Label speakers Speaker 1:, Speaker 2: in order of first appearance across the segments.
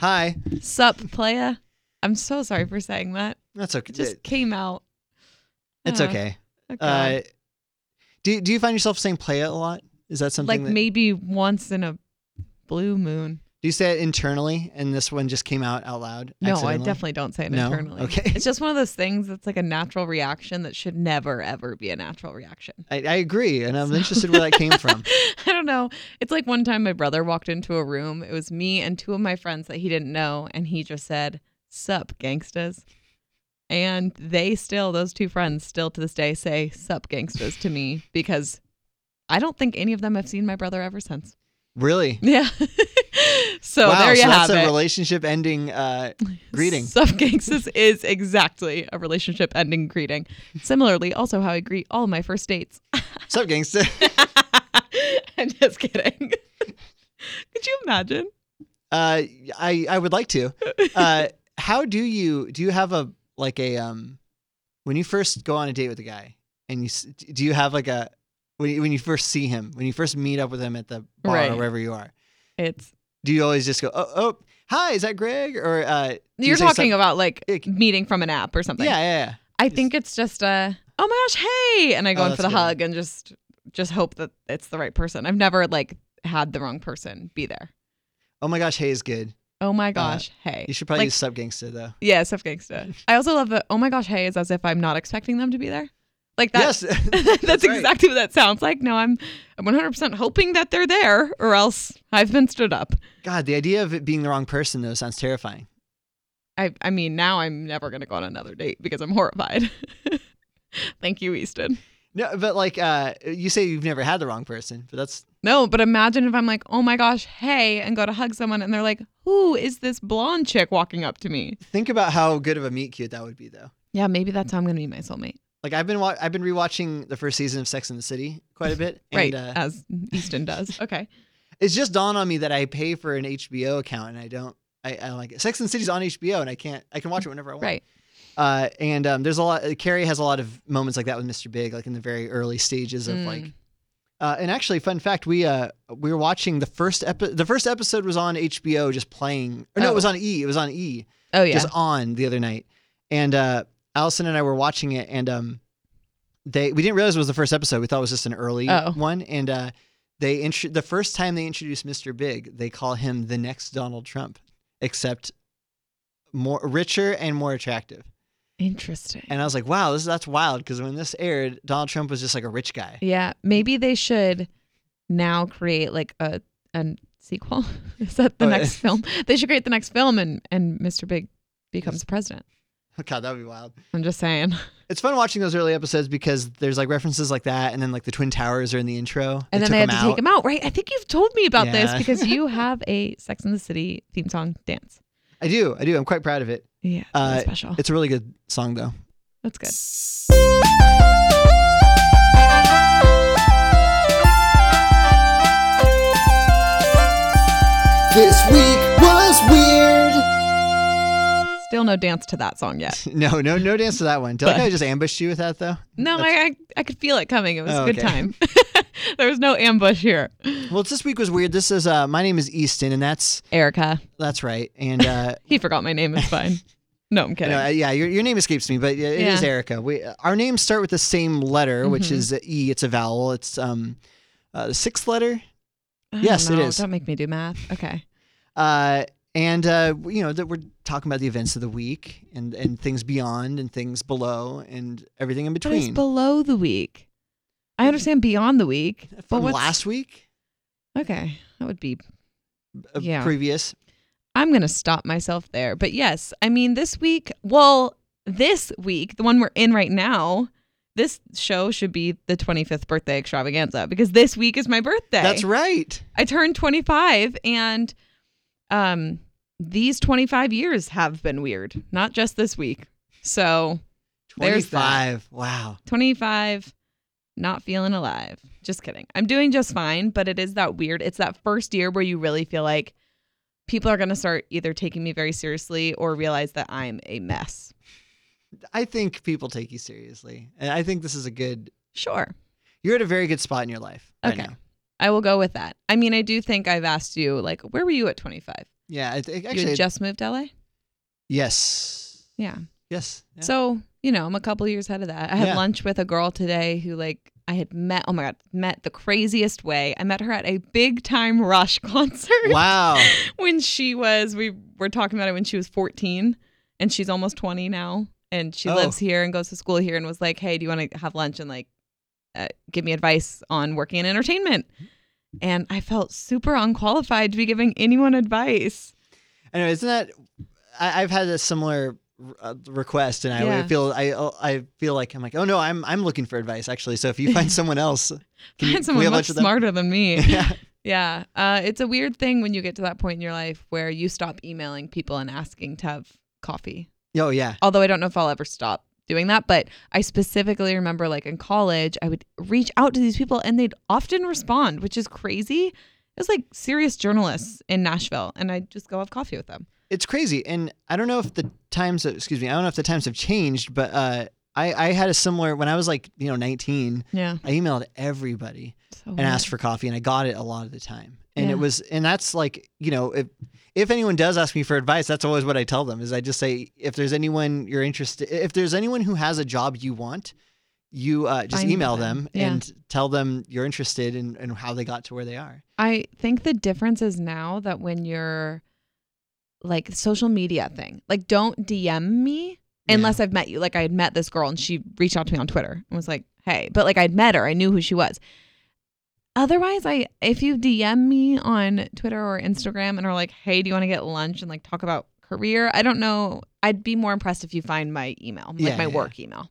Speaker 1: Hi.
Speaker 2: Sup, playa. I'm so sorry for saying that.
Speaker 1: That's okay.
Speaker 2: It just came out.
Speaker 1: it's
Speaker 2: Oh,
Speaker 1: okay.
Speaker 2: oh God.
Speaker 1: Uh, do do you find yourself saying playa a lot? Is that something
Speaker 2: like
Speaker 1: that,
Speaker 2: maybe once in a blue moon.
Speaker 1: do you say it internally and this one just came out out loud?
Speaker 2: No, I
Speaker 1: accidentally?
Speaker 2: definitely don't say it
Speaker 1: No?
Speaker 2: internally.
Speaker 1: Okay.
Speaker 2: It's just one of those things that's like a natural reaction that should never ever be a natural reaction.
Speaker 1: I, I agree, and I'm interested where that came from.
Speaker 2: I don't know. It's like one time my brother walked into a room. It was me and two of my friends that he didn't know, and he just said, Sup, gangstas. And they still, those two friends still to this day say sup gangstas to me because I don't think any of them have seen my brother ever since.
Speaker 1: Really?
Speaker 2: Yeah. so
Speaker 1: wow,
Speaker 2: there you
Speaker 1: so
Speaker 2: have
Speaker 1: that's
Speaker 2: it.
Speaker 1: a relationship ending uh, greeting.
Speaker 2: Sup gangstas is exactly a relationship ending greeting. Similarly, also how I greet all my first dates.
Speaker 1: Sup, gangsta?
Speaker 2: I'm just kidding. Could you imagine?
Speaker 1: Uh, I I would like to. Uh, how do you do? You have a like a um, when you first go on a date with a guy, and you s- do you have like a when you, when you first see him, when you first meet up with him at the bar
Speaker 2: Right.
Speaker 1: or wherever you are,
Speaker 2: It's
Speaker 1: do you always just go oh oh hi is that Greg or uh, do you
Speaker 2: you're
Speaker 1: say
Speaker 2: talking
Speaker 1: some-
Speaker 2: about like
Speaker 1: Ick.
Speaker 2: meeting from an app or something.
Speaker 1: yeah yeah yeah
Speaker 2: I think it's just a oh my gosh, hey, and I go
Speaker 1: Oh,
Speaker 2: in
Speaker 1: that's
Speaker 2: for the
Speaker 1: a good one.
Speaker 2: hug and just just hope that it's the right person. I've never like had the wrong person be there.
Speaker 1: oh my gosh hey is good
Speaker 2: Oh my gosh, hey.
Speaker 1: you should probably
Speaker 2: Like-
Speaker 1: use sub gangsta though
Speaker 2: Yeah, Seth Gangsta. I also love that oh my gosh, hey is as if I'm not expecting them to be there. Like that
Speaker 1: yes
Speaker 2: that's,
Speaker 1: right.
Speaker 2: exactly what that sounds like. No, I'm I'm 100% hoping that they're there or else I've been stood up.
Speaker 1: God the idea of it being the wrong person though sounds terrifying
Speaker 2: I I mean now I'm never gonna go on another date because I'm horrified. Thank you, Easton.
Speaker 1: no but like uh you say you've never had the wrong person but that's
Speaker 2: No, but imagine if I'm like, oh my gosh, hey, and go to hug someone and they're like, who is this blonde chick walking up to me?
Speaker 1: think about how good of a meet cute that would be though.
Speaker 2: Yeah, maybe that's how I'm gonna meet my soulmate.
Speaker 1: Like I've been wa- I've been rewatching the first season of Sex and the City quite a bit,
Speaker 2: Right,
Speaker 1: And, uh,
Speaker 2: as Easton does. Okay.
Speaker 1: it's just dawned on me that I pay for an HBO account and I don't. I, I like it. Sex and the City's on HBO and I can't. I can watch it whenever I want.
Speaker 2: Right.
Speaker 1: Uh, and um, there's a lot. Uh, Carrie has a lot of moments like that with Mr. Big, like in the very early stages of
Speaker 2: Mm.
Speaker 1: like. Uh, and actually, fun fact: we uh we were watching the first episode. The first episode was on HBO, just playing. Or no, it
Speaker 2: Oh.
Speaker 1: was on E. It was on E.
Speaker 2: Oh yeah.
Speaker 1: just on the other night, and uh, Allison and I were watching it, and um, they we didn't realize it was the first episode. We thought it was just an early
Speaker 2: Oh.
Speaker 1: one, and uh, they intro- the first time they introduce Mr. Big, they call him the next Donald Trump, except more richer and more attractive.
Speaker 2: Interesting.
Speaker 1: And I was like, wow, this that's wild because when this aired, Donald Trump was just like a rich guy.
Speaker 2: Yeah, maybe they should now create like a a sequel. Is that the
Speaker 1: Oh, yeah.
Speaker 2: next film? They should create the next film and and Mr. Big becomes president.
Speaker 1: God, that would be wild.
Speaker 2: I'm just saying.
Speaker 1: It's fun watching those early episodes because there's like references like that, and then like the Twin Towers are in the intro.
Speaker 2: And then
Speaker 1: took
Speaker 2: they had to
Speaker 1: them out.
Speaker 2: take him out, right? I think you've told me about this
Speaker 1: Yeah.
Speaker 2: because you have a Sex in the City theme song dance.
Speaker 1: I do, I do. I'm quite proud of it.
Speaker 2: Yeah, it's
Speaker 1: Uh,
Speaker 2: really special.
Speaker 1: It's a really good song though.
Speaker 2: That's good.
Speaker 1: This week was weird.
Speaker 2: Still no dance to that song yet.
Speaker 1: No, no, no dance to that one. Did I
Speaker 2: But-
Speaker 1: kinda just ambushed you with that though?
Speaker 2: No, I, I I could feel it coming. It was
Speaker 1: Oh,
Speaker 2: a good
Speaker 1: okay.
Speaker 2: time. there was no ambush here.
Speaker 1: Well, it's this week was weird. This is uh, my name is Easton, and that's
Speaker 2: Erica,
Speaker 1: that's right. And uh,
Speaker 2: he forgot my name. It's fine. No, I'm kidding.
Speaker 1: no, uh, yeah, your, your name escapes me, but it it is
Speaker 2: Yeah.
Speaker 1: Erica. We our names start with the same letter, which
Speaker 2: Mhm.
Speaker 1: is a E. It's a vowel. It's um uh, the sixth letter.
Speaker 2: I don't
Speaker 1: yes, it
Speaker 2: know.
Speaker 1: is.
Speaker 2: Don't make me do math. Okay.
Speaker 1: Uh, and uh, you know that we're talking about the events of the week and and things beyond and things below and everything in
Speaker 2: But it's
Speaker 1: between.
Speaker 2: below the week. I understand beyond the week. But
Speaker 1: From
Speaker 2: what's
Speaker 1: last week,
Speaker 2: Okay. That would be
Speaker 1: uh,
Speaker 2: Yeah.
Speaker 1: previous.
Speaker 2: I'm gonna stop myself there. But yes, I mean this week well, this week, the one we're in right now, this show should be the twenty fifth birthday extravaganza because this week is my birthday.
Speaker 1: That's right.
Speaker 2: I turned twenty five and um these twenty five years have been weird, not just this week. So There's that.
Speaker 1: 25. Wow.
Speaker 2: 25 not feeling alive just kidding i'm doing just fine but it is that weird it's that first year where you really feel like people are going to start either taking me very seriously or realize that i'm a mess
Speaker 1: I think people take you seriously. And I think this is a good,
Speaker 2: sure
Speaker 1: you're at a very good spot in your life. Right
Speaker 2: Okay.
Speaker 1: Now.
Speaker 2: i will go with that i mean i do think i've asked you like where were you at 25
Speaker 1: Yeah, I think
Speaker 2: you
Speaker 1: actually
Speaker 2: had just moved to LA?
Speaker 1: yes.
Speaker 2: Yeah.
Speaker 1: Yes. yeah.
Speaker 2: So, you know, I'm a couple years ahead of that. I had
Speaker 1: Yeah.
Speaker 2: lunch with a girl today who, like, I had met, oh my God, met the craziest way. I met her at a big time Rush concert
Speaker 1: wow.
Speaker 2: when she was, we were talking about it when she was 14 and she's almost 20 now. And she
Speaker 1: Oh.
Speaker 2: lives here and goes to school here and was like, hey, do you want to have lunch and like uh, give me advice on working in entertainment?
Speaker 1: Mm-hmm.
Speaker 2: And I felt super unqualified to be giving anyone advice.
Speaker 1: I know, isn't that? I, I've had a similar uh, request, and I
Speaker 2: Yeah.
Speaker 1: feel I oh, I feel like I'm like, oh no, I'm I'm looking for advice actually. So if you find someone else, can you- can we
Speaker 2: Find someone
Speaker 1: have
Speaker 2: much
Speaker 1: lunch with them?
Speaker 2: smarter than me.
Speaker 1: yeah.
Speaker 2: Yeah. Uh, it's a weird thing when you get to that point in your life where you stop emailing people and asking to have coffee.
Speaker 1: Oh yeah.
Speaker 2: Although I don't know if I'll ever stop doing that, but I specifically remember like in college, I would reach out to these people and they'd often respond, which is crazy. It was like serious journalists in Nashville, and I'd just go have coffee with them.
Speaker 1: it's crazy and i don't know if the times excuse me i don't know if the times have changed but uh i i had a similar when i was like you know 19
Speaker 2: Yeah.
Speaker 1: i emailed everybody
Speaker 2: So
Speaker 1: and asked for coffee and i got it a lot of the time and
Speaker 2: Mm-hmm. Yeah.
Speaker 1: it was and that's like you know if if anyone does ask me for advice that's always what i tell them is i just say if there's anyone you're interested if there's anyone who has a job you want you uh, just
Speaker 2: Find
Speaker 1: email
Speaker 2: them.
Speaker 1: them,
Speaker 2: Yeah.
Speaker 1: and tell them you're interested in, in how they got to where they are
Speaker 2: I think the difference is now that when you're like social media thing, like don't DM me
Speaker 1: Yeah.
Speaker 2: unless I've met you. Like I had met this girl and she reached out to me on Twitter and was like, hey, but like I'd met her, I knew who she was. Otherwise, I if you DM me on Twitter or Instagram and are like, hey, do you want to get lunch and like talk about career? I don't know. I'd be more impressed if you find my email, like
Speaker 1: Yeah,
Speaker 2: my
Speaker 1: yeah, yeah.
Speaker 2: work email.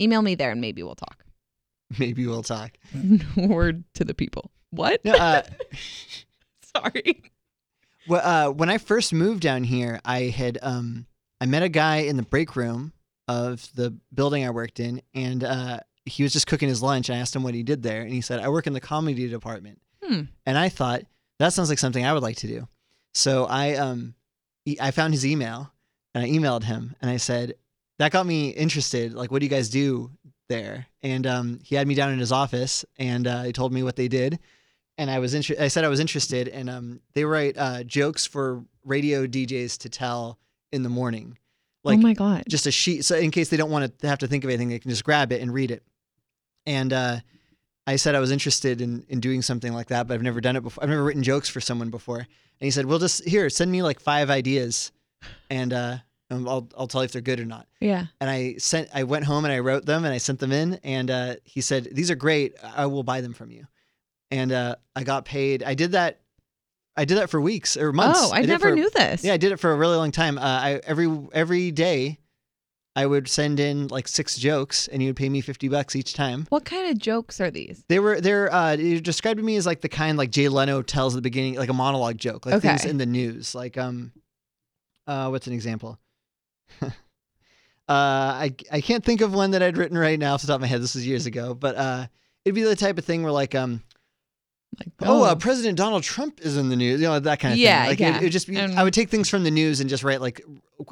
Speaker 2: Email me there and maybe we'll talk.
Speaker 1: maybe we'll talk
Speaker 2: Word to the people. What?
Speaker 1: no, uh,
Speaker 2: Sorry.
Speaker 1: Well, uh, when I first moved down here, I had um, I met a guy in the break room of the building I worked in, and uh, he was just cooking his lunch. And I asked him what he did there, and he said, "I work in the comedy department."
Speaker 2: Hmm.
Speaker 1: And I thought that sounds like something I would like to do. So I um, e- I found his email and I emailed him, and I said that got me interested. Like, what do you guys do there? And um, he had me down in his office, and uh, he told me what they did and I was inter- I said I was interested, and um, they write uh, jokes for radio DJs to tell in the morning, like
Speaker 2: oh my god.
Speaker 1: just a sheet. So in case they don't want to have to think of anything, they can just grab it and read it. And uh, I said I was interested in in doing something like that, but I've never done it before. I've never written jokes for someone before. And he said, "Well, just here, send me like five ideas, and uh, um, I'll I'll tell you if they're good or not."
Speaker 2: Yeah.
Speaker 1: And I sent I went home and I wrote them and I sent them in, and uh, he said, "These are great. I will buy them from you." And uh, I got paid. I did that. I did that for weeks or months.
Speaker 2: Oh, I,
Speaker 1: did it
Speaker 2: never
Speaker 1: for-
Speaker 2: knew this.
Speaker 1: yeah, I did it for a really long time. Uh, I every every day, I would send in like six jokes, and you would pay me fifty bucks each time.
Speaker 2: What kind of jokes are these?
Speaker 1: They were they're uh, you described to me as like the kind like Jay Leno tells at the beginning, like a monologue joke, like things
Speaker 2: Okay.
Speaker 1: in the news. Like um, uh, what's an example? uh, I I can't think of one that I'd written right now off the top of my head. This was years ago, but uh, it'd be the type of thing where like um,
Speaker 2: Like,
Speaker 1: oh, uh, President Donald Trump is in the news, you know, that kind of
Speaker 2: Yeah,
Speaker 1: thing. Like, It,
Speaker 2: yeah.
Speaker 1: it would just be,
Speaker 2: And-
Speaker 1: I would take things from the news and just write like,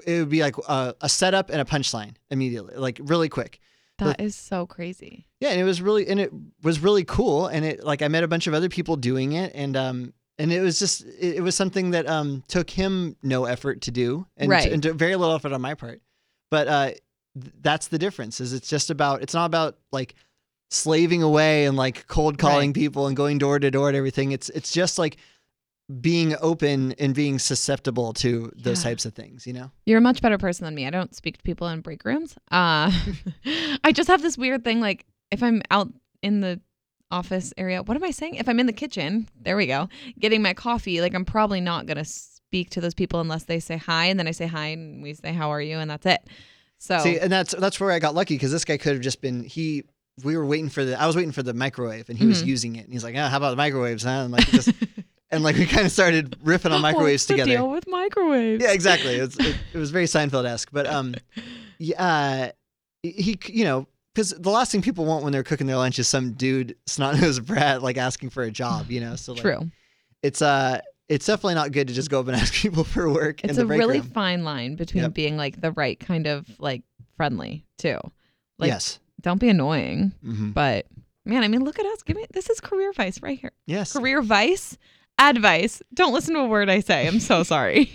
Speaker 1: it would be like uh, a setup and a punchline immediately, like really quick.
Speaker 2: that is so crazy.
Speaker 1: Yeah, and it was really, and it was really cool. And it, like, I met a bunch of other people doing it, and um, and it was just, it, it was something that um took him no effort to do, and
Speaker 2: Right.
Speaker 1: and took very little effort on my part. But uh, th- that's the difference. Is it's just about, it's not about like slaving away and like cold calling
Speaker 2: Right.
Speaker 1: people and going door to door and everything. It's it's just like being open and being susceptible to those
Speaker 2: Yeah.
Speaker 1: types of things, you know?
Speaker 2: You're a much better person than me. I don't speak to people in break rooms. Uh, I just have this weird thing. Like, if I'm out in the office area, what am I saying? If I'm in the kitchen, there we go, getting my coffee, like, I'm probably not going to speak to those people unless they say hi. And then I say hi and we say, How are you? And that's it. So,
Speaker 1: See, and that's that's where I got lucky because this guy could have just been he. We were waiting for the. I was waiting for the microwave, and he was
Speaker 2: Mhm.
Speaker 1: using it. And he's like, "Ah, how about the microwaves?" Huh? And like, just, and like, we kind of started riffing on microwaves
Speaker 2: What's the
Speaker 1: together.
Speaker 2: deal with microwaves?
Speaker 1: Yeah, exactly. It's, it, it was very Seinfeld-esque, but um, yeah, uh, he, you know, because the last thing people want when they're cooking their lunch is some dude snot-nosed brat like asking for a job, you know. So like,
Speaker 2: True.
Speaker 1: it's uh, it's definitely not good to just go up and ask people for work. in
Speaker 2: It's
Speaker 1: the
Speaker 2: a
Speaker 1: break
Speaker 2: really
Speaker 1: room.
Speaker 2: fine line between
Speaker 1: Yep.
Speaker 2: being like the right kind of like friendly too. Like,
Speaker 1: yes,
Speaker 2: Don't be annoying,
Speaker 1: hmm
Speaker 2: but man, I mean, look at us. Give me this is career vice right here.
Speaker 1: yes,
Speaker 2: Career vice advice. Don't listen to a word I say. I'm so sorry.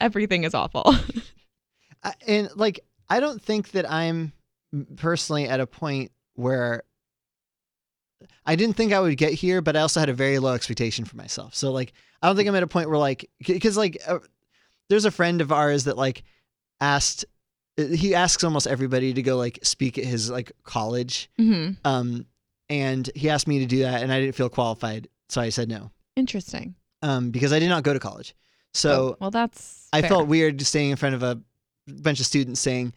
Speaker 2: Everything is awful.
Speaker 1: I, and like I don't think that I'm personally at a point where I didn't think I would get here, but I also had a very low expectation for myself. So like I don't think I'm at a point where like because like uh, there's a friend of ours that like asked uh, he asks almost everybody to go like speak at his like college
Speaker 2: hmm
Speaker 1: um and he asked me to do that and I didn't feel qualified so I said no
Speaker 2: Interesting.
Speaker 1: um because I did not go to college. So
Speaker 2: Oh, well, that's.
Speaker 1: I
Speaker 2: fair.
Speaker 1: felt weird just standing in front of a bunch of students saying,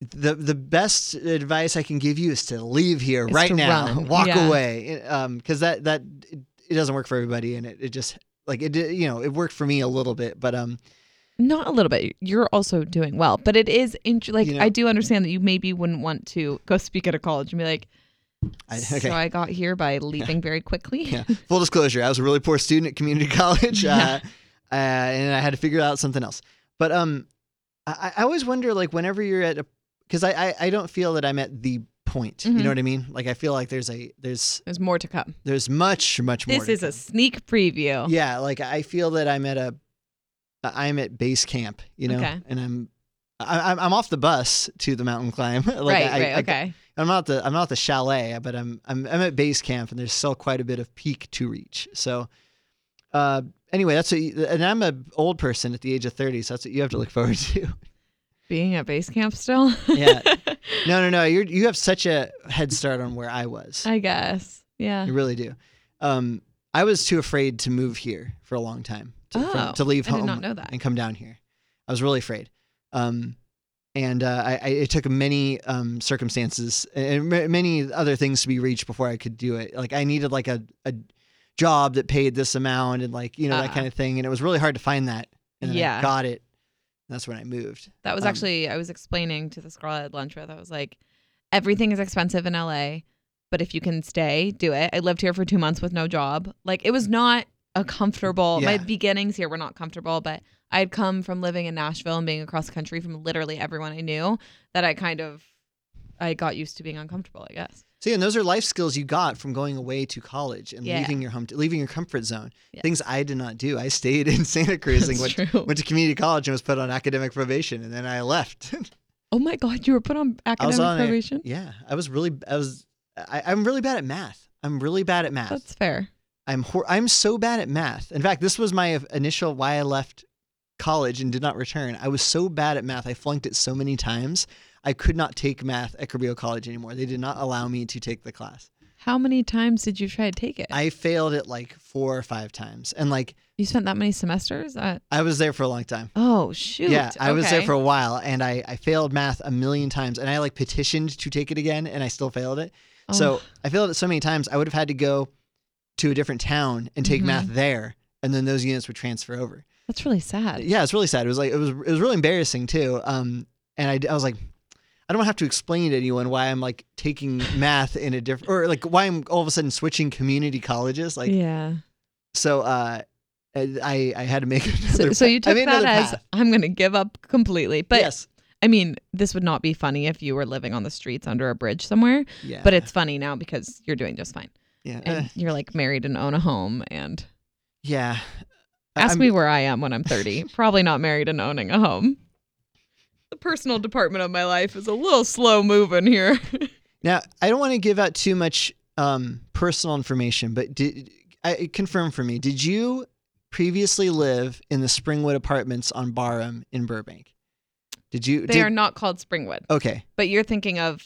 Speaker 1: "the The best advice I can give you is to leave here
Speaker 2: Is
Speaker 1: right
Speaker 2: to
Speaker 1: now,
Speaker 2: run."
Speaker 1: walk
Speaker 2: Yeah.
Speaker 1: away," because that that it, it doesn't work for everybody, and it, it just like it did- you know it worked for me a little bit, but um
Speaker 2: not a little bit. You're also doing well, but it is int- like
Speaker 1: You know-
Speaker 2: I do understand that you maybe wouldn't want to go speak at a college and be like,
Speaker 1: I,
Speaker 2: so
Speaker 1: okay.
Speaker 2: I got here by leaving very quickly.
Speaker 1: yeah. Full disclosure, I was a really poor student at community college, uh, uh, and I had to figure out something else. But um, I, I always wonder, like, whenever you're at a, because I, I I don't feel that I'm at the point. You
Speaker 2: Mhm.
Speaker 1: know what I mean? Like, I feel like there's a there's
Speaker 2: There's more to come.
Speaker 1: there's much much more
Speaker 2: This
Speaker 1: to
Speaker 2: is a
Speaker 1: come.
Speaker 2: sneak preview.
Speaker 1: yeah like i feel that i'm at a uh, i'm at base camp you know
Speaker 2: Okay.
Speaker 1: and i'm I- I'm I'm off the bus to the mountain climb. like
Speaker 2: right,
Speaker 1: I,
Speaker 2: right,
Speaker 1: I,
Speaker 2: okay.
Speaker 1: I, am not the I'm not the chalet, but I'm I'm I'm at base camp, and there's still quite a bit of peak to reach. So, uh, anyway, that's what you, and I'm a old person at the age of 30, so that's what you have to look forward to.
Speaker 2: Being at base camp still.
Speaker 1: yeah, no, no, no. You you have such a head start on where I was.
Speaker 2: I guess. Yeah.
Speaker 1: You really do. Um, I was too afraid to move here for a long time to, from-
Speaker 2: Oh,
Speaker 1: to leave
Speaker 2: I did
Speaker 1: home
Speaker 2: not know that.
Speaker 1: and come down here. I was really afraid. Um, and uh, I, I, it took many um, circumstances and ma- many other things to be reached before I could do it. Like I needed like a, a job that paid this amount and like, you know, that
Speaker 2: Ah.
Speaker 1: kind of thing. And it was really hard to find that. And then I
Speaker 2: Yeah.
Speaker 1: got it. And that's when I moved.
Speaker 2: That was
Speaker 1: Um,
Speaker 2: actually I was explaining to this girl I had lunch with. I was like, everything is expensive in LA, but if you can stay, do it. I lived here for two months with no job. Like it was not a comfortable. My
Speaker 1: Yeah.
Speaker 2: beginnings here were not comfortable, but I had come from living in Nashville and being across the country from literally everyone I knew that I kind of I got used to being uncomfortable. I guess.
Speaker 1: See, and those are life skills you got from going away to college and
Speaker 2: Yeah.
Speaker 1: leaving your home, leaving your comfort zone.
Speaker 2: Yeah.
Speaker 1: Things I did not do. I stayed in Santa Cruz and
Speaker 2: That's
Speaker 1: went,
Speaker 2: true.
Speaker 1: went to community college and was put on academic probation, and then I left.
Speaker 2: Oh my God, you were put on
Speaker 1: I was
Speaker 2: academic
Speaker 1: on a-
Speaker 2: probation.
Speaker 1: yeah, I was really, I was, I, I'm really bad at math. I'm really bad at math.
Speaker 2: That's fair.
Speaker 1: I'm hor- I'm so bad at math. In fact, this was my initial why I left college and did not return. I was so bad at math. I flunked it so many times. I could not take math at Cabrillo College anymore. They did not allow me to take the class.
Speaker 2: How many times did you try to take it?
Speaker 1: I failed it like four or five times, and like
Speaker 2: you spent that many semesters? Uh,
Speaker 1: I was there for a long time.
Speaker 2: oh shoot!
Speaker 1: Yeah, I was there
Speaker 2: Okay.
Speaker 1: for a while, and I I failed math a million times, and I like petitioned to take it again, and I still failed it.
Speaker 2: Oh.
Speaker 1: So I failed it so many times, I would have had to go to a different town and take
Speaker 2: Mhm.
Speaker 1: math there, and then those units would transfer over.
Speaker 2: That's really sad.
Speaker 1: Yeah, it's really sad. It was like it was it was really embarrassing too. Um, and I I was like. I don't have to explain to anyone why I'm like taking math in a different, or like why I'm all of a sudden switching community colleges. Like,
Speaker 2: yeah.
Speaker 1: So uh, I I had to make another.
Speaker 2: So, so
Speaker 1: I
Speaker 2: you took
Speaker 1: made
Speaker 2: that
Speaker 1: another
Speaker 2: as
Speaker 1: path.
Speaker 2: I'm going to give up completely. But
Speaker 1: yes,
Speaker 2: I mean, this would not be funny if you were living on the streets under a bridge somewhere.
Speaker 1: yeah,
Speaker 2: But it's funny now because you're doing just fine,
Speaker 1: yeah,
Speaker 2: and
Speaker 1: eh,
Speaker 2: you're like married and own a home. And
Speaker 1: yeah. I-
Speaker 2: ask
Speaker 1: I'm-
Speaker 2: me where I am when I'm 30. Probably not married and owning a home. The personal department of my life is a little slow moving here.
Speaker 1: now. I don't want to give out too much um, personal information, but did I confirm for me? Did you previously live in the Springwood Apartments on Barham in Burbank? Did you?
Speaker 2: they
Speaker 1: did,
Speaker 2: are not called Springwood,
Speaker 1: okay.
Speaker 2: but you're thinking of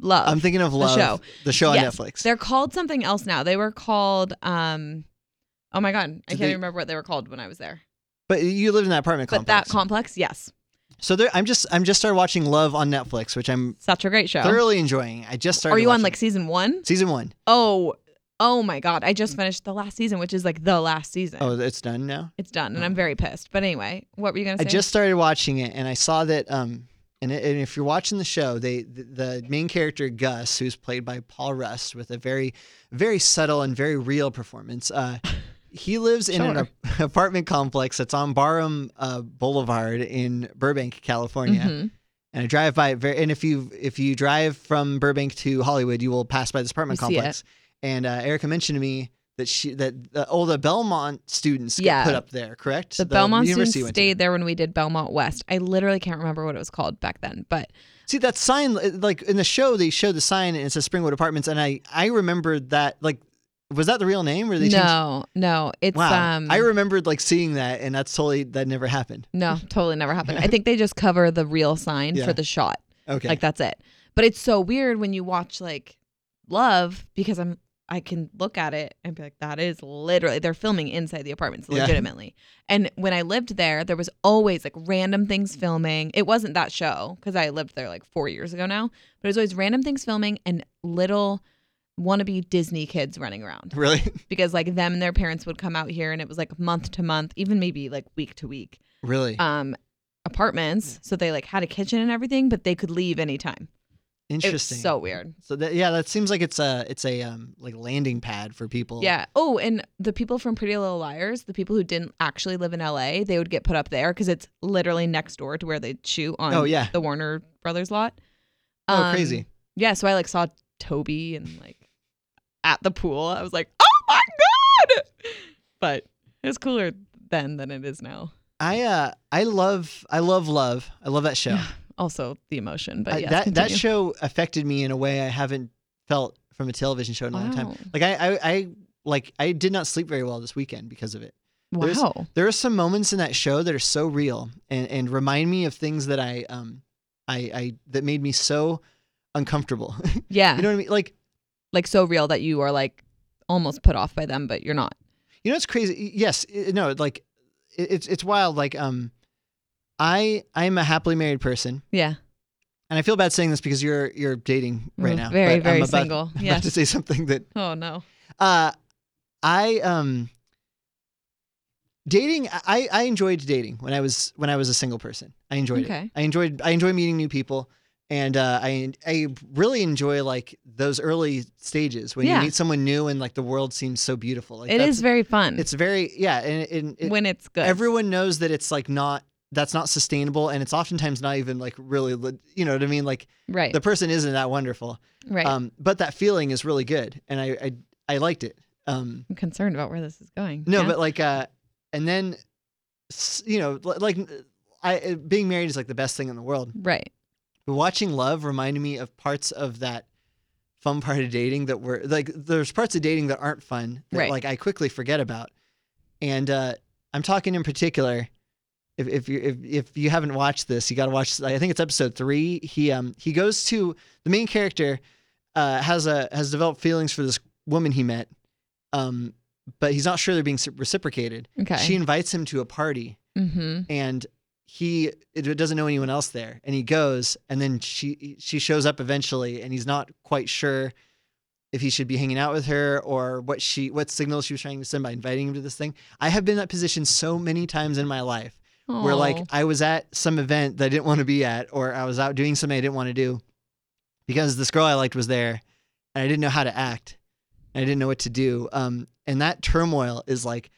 Speaker 2: love.
Speaker 1: I'm thinking of love
Speaker 2: show.
Speaker 1: the show on
Speaker 2: Yes.
Speaker 1: Netflix.
Speaker 2: They're called something else now. They were called um oh my god, I
Speaker 1: Did
Speaker 2: can't
Speaker 1: they-
Speaker 2: even remember what they were called when I was there.
Speaker 1: but you lived in that apartment
Speaker 2: But
Speaker 1: complex.
Speaker 2: that complex, yes.
Speaker 1: so there, I'm just I'm just started watching Love on Netflix, which I'm
Speaker 2: Such a great show.
Speaker 1: thoroughly enjoying. I just started.
Speaker 2: Are you on
Speaker 1: watching
Speaker 2: like season 1?
Speaker 1: season one?
Speaker 2: Oh. Oh my god, I just finished the last season, which is like the last season.
Speaker 1: Oh, it's done now.
Speaker 2: It's done and I'm very pissed. But anyway, what were you going to
Speaker 1: I
Speaker 2: say?
Speaker 1: just started watching it, and I saw that. Um, and, it, and if you're watching the show, they the, the main character Gus, who's played by Paul Rust, with a very, very subtle and very real performance. Uh, he lives in an
Speaker 2: Sure.
Speaker 1: ap- apartment complex that's on Barham uh, Boulevard in Burbank, California.
Speaker 2: Mhm.
Speaker 1: And I drive by it very. And if you if you drive from Burbank to Hollywood, you will pass by this apartment
Speaker 2: You see it.
Speaker 1: complex. And uh, Erica mentioned to me that she that the, all the Belmont students
Speaker 2: Yeah.
Speaker 1: yeah. put up there, correct?
Speaker 2: The, Belmont students
Speaker 1: university went to.
Speaker 2: stayed there when we did Belmont West. I literally can't remember what it was called back then, but
Speaker 1: See that sign, uh, like in the show, they show the sign and it says Springwood Apartments, and I I remembered that like was that the real name or they changed?
Speaker 2: no, no, it's
Speaker 1: Wow,
Speaker 2: um,
Speaker 1: I remembered like seeing that, and that's totally that never happened.
Speaker 2: no, totally never happened. I think they just cover the real sign
Speaker 1: Yeah.
Speaker 2: for the shot,
Speaker 1: Okay,
Speaker 2: like that's it. But it's so weird when you watch like Love because I'm I can look at it and be like, that is literally they're filming inside the apartments
Speaker 1: Yeah.
Speaker 2: legitimately. And when I lived there, there was always like random things filming. It wasn't that show because I lived there like four years ago now, but it was always random things filming and little wannabe Disney kids running around.
Speaker 1: really,
Speaker 2: because like them and their parents would come out here and it was like month to month even maybe like week to week
Speaker 1: really
Speaker 2: um apartments so they like had a kitchen and everything but they could leave anytime it was
Speaker 1: interesting.
Speaker 2: so weird
Speaker 1: So that yeah, that seems like it's a it's a um like landing pad for people.
Speaker 2: yeah oh and the people from pretty little liars the people who didn't actually live in la they would get put up there because it's literally next door to where they shoot on
Speaker 1: Oh, yeah.
Speaker 2: the warner brothers lot
Speaker 1: Oh,
Speaker 2: Um,
Speaker 1: crazy.
Speaker 2: yeah so i like saw toby and like at the pool i was like oh my god but it was cooler then than it is now
Speaker 1: I uh I love I love love. I love that show.
Speaker 2: Yeah, also the emotion, but
Speaker 1: I-
Speaker 2: yes,
Speaker 1: that that
Speaker 2: continue.
Speaker 1: show affected me in a way I haven't felt from a television show in a long time.
Speaker 2: Wow.
Speaker 1: Like I, I I like I did not sleep very well this weekend because of it. there's-
Speaker 2: Wow.
Speaker 1: There are some moments in that show that are so real and and remind me of things that I um I I that made me so uncomfortable.
Speaker 2: Yeah.
Speaker 1: you know what I mean? Like
Speaker 2: like so real that you are like almost put off by them, but you're not.
Speaker 1: You know, it's crazy. Yes, i no, like it, it's it's wild. Like, um, I I am a happily married person,
Speaker 2: Yeah.
Speaker 1: and I feel bad saying this because you're you're dating right
Speaker 2: Mm,
Speaker 1: now.
Speaker 2: Very,
Speaker 1: but
Speaker 2: very
Speaker 1: I'm about,
Speaker 2: single.
Speaker 1: I'm
Speaker 2: Yeah.
Speaker 1: about to say something that
Speaker 2: Oh no.
Speaker 1: uh, I um, dating. I I enjoyed dating when I was when I was a single person. I enjoyed
Speaker 2: Okay.
Speaker 1: it. I enjoyed I enjoy meeting new people. And uh, I I really enjoy like those early stages when
Speaker 2: Yeah.
Speaker 1: you meet someone new and like the world seems so beautiful. Like
Speaker 2: it
Speaker 1: that's-
Speaker 2: is very fun.
Speaker 1: It's very yeah, and, and it,
Speaker 2: when it's good.
Speaker 1: everyone knows that it's like not that's not sustainable and it's oftentimes not even like really le- you know what i mean like
Speaker 2: right.
Speaker 1: the person isn't that wonderful
Speaker 2: right.
Speaker 1: um but that feeling is really good and i i, I liked it um
Speaker 2: I'm concerned about where this is going.
Speaker 1: no
Speaker 2: Yeah?
Speaker 1: but like uh and then s- you know li- like i uh, being married is like the best thing in the world
Speaker 2: right.
Speaker 1: but watching love reminded me of parts of that fun part of dating that were like there's parts of dating that aren't fun that
Speaker 2: Right.
Speaker 1: like I quickly forget about. And uh I'm talking in particular if if you if, if you haven't watched this, you got to watch I think it's episode 3. He um he goes to the main character uh has a has developed feelings for this woman he met. Um but he's not sure they're being reciprocated.
Speaker 2: Okay.
Speaker 1: She invites him to a party
Speaker 2: mm-hmm.
Speaker 1: and he it doesn't know anyone else there and he goes and then she she shows up eventually and he's not quite sure if he should be hanging out with her or what she what signal she was trying to send by inviting him to this thing i have been in that position so many times in my life where like i was at some event that i didn't want to be at or i was out doing something i didn't want to do because this girl i liked was there and i didn't know how to act and i didn't know what to do um and that turmoil is like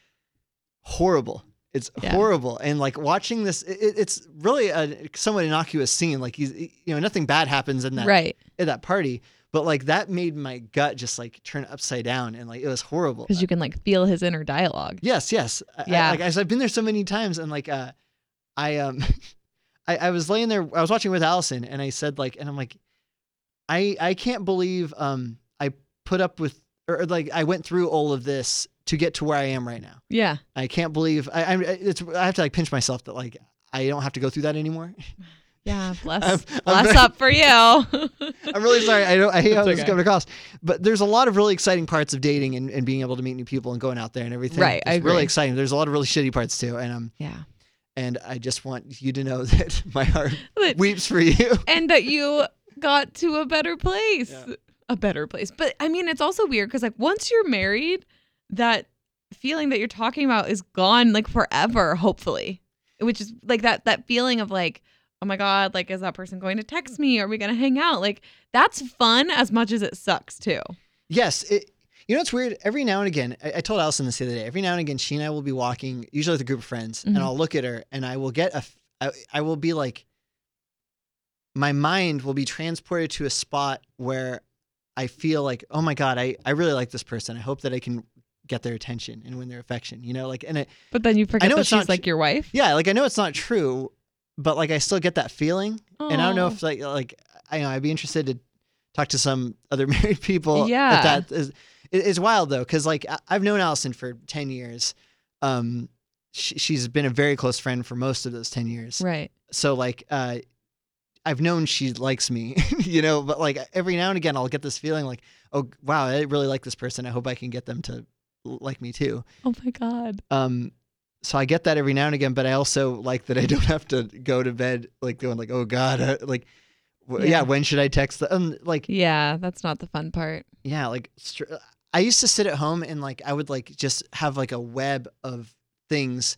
Speaker 1: horrible. It's
Speaker 2: Yeah.
Speaker 1: horrible. And like watching this, it, it- it's really a somewhat innocuous scene. Like he's, you know, nothing bad happens in that
Speaker 2: right.
Speaker 1: at that party, but like that made my gut just like turn upside down, and like it was horrible.
Speaker 2: Because you can like feel his inner dialogue.
Speaker 1: yes, yes, I- I-
Speaker 2: Yeah.
Speaker 1: like as I've been there so many times, and like uh, I um, I, I was laying there, I was watching with Allison, and I said like, and I'm like, I I can't believe um I put up with or or, like I went through all of this to get to where I am right now.
Speaker 2: Yeah.
Speaker 1: I can't believe I, I it's I have to like pinch myself that like I don't have to go through that anymore.
Speaker 2: Yeah. Bless.
Speaker 1: I'm- I'm
Speaker 2: bless
Speaker 1: very-
Speaker 2: up for you.
Speaker 1: I'm really sorry. I don't I hate how
Speaker 2: It's
Speaker 1: this is
Speaker 2: okay.
Speaker 1: coming across. But there's a lot of really exciting parts of dating and, and being able to meet new people and going out there and everything.
Speaker 2: Right, I
Speaker 1: It's really
Speaker 2: agree.
Speaker 1: exciting. There's a lot of really shitty parts too. And um
Speaker 2: yeah.
Speaker 1: and I just want you to know that my heart weeps for you.
Speaker 2: and that you got to a better place.
Speaker 1: Yeah.
Speaker 2: A better place. But I mean, it's also weird because, like, once you're married, that feeling that you're talking about is gone, like, forever, hopefully, which is like that, that feeling of, like, oh my God, like, is that person going to text me? Are we going to hang out? Like, that's fun as much as it sucks, too.
Speaker 1: Yes, it you know it's weird. Every now and again, I, I told Allison this the other day. Every now and again, she and I will be walking, usually with a group of friends,
Speaker 2: Mhm.
Speaker 1: and I'll look at her and I will get a, f- I, I will be like, my mind will be transported to a spot where I feel like, oh my god, I I really like this person. I hope that I can get their attention and win their affection. You know, like and it,
Speaker 2: But then you forget
Speaker 1: know
Speaker 2: that
Speaker 1: it's not
Speaker 2: she's like your wife.
Speaker 1: yeah, like I know it's not true, but like I still get that feeling. And I don't know
Speaker 2: Aw.
Speaker 1: if like like I know I'd be interested to talk to some other married people.
Speaker 2: Yeah.
Speaker 1: if that is it- it's wild though, because like I- I've known Allison for ten years. Um, she, she's been a very close friend for most of those ten years.
Speaker 2: Right.
Speaker 1: So like uh, I've known she likes me, you know. But like every now and again, I'll get this feeling like, oh wow, I really like this person. I hope I can get them to l- like me too.
Speaker 2: Oh my God.
Speaker 1: Um, so I get that every now and again, but I also like that I don't have to go to bed like going like, oh God, uh, like, w- yeah.
Speaker 2: Yeah.
Speaker 1: when should I text them? Um, like,
Speaker 2: Yeah, that's not the fun part.
Speaker 1: yeah, like str- I used to sit at home and like I would like just have like a web of things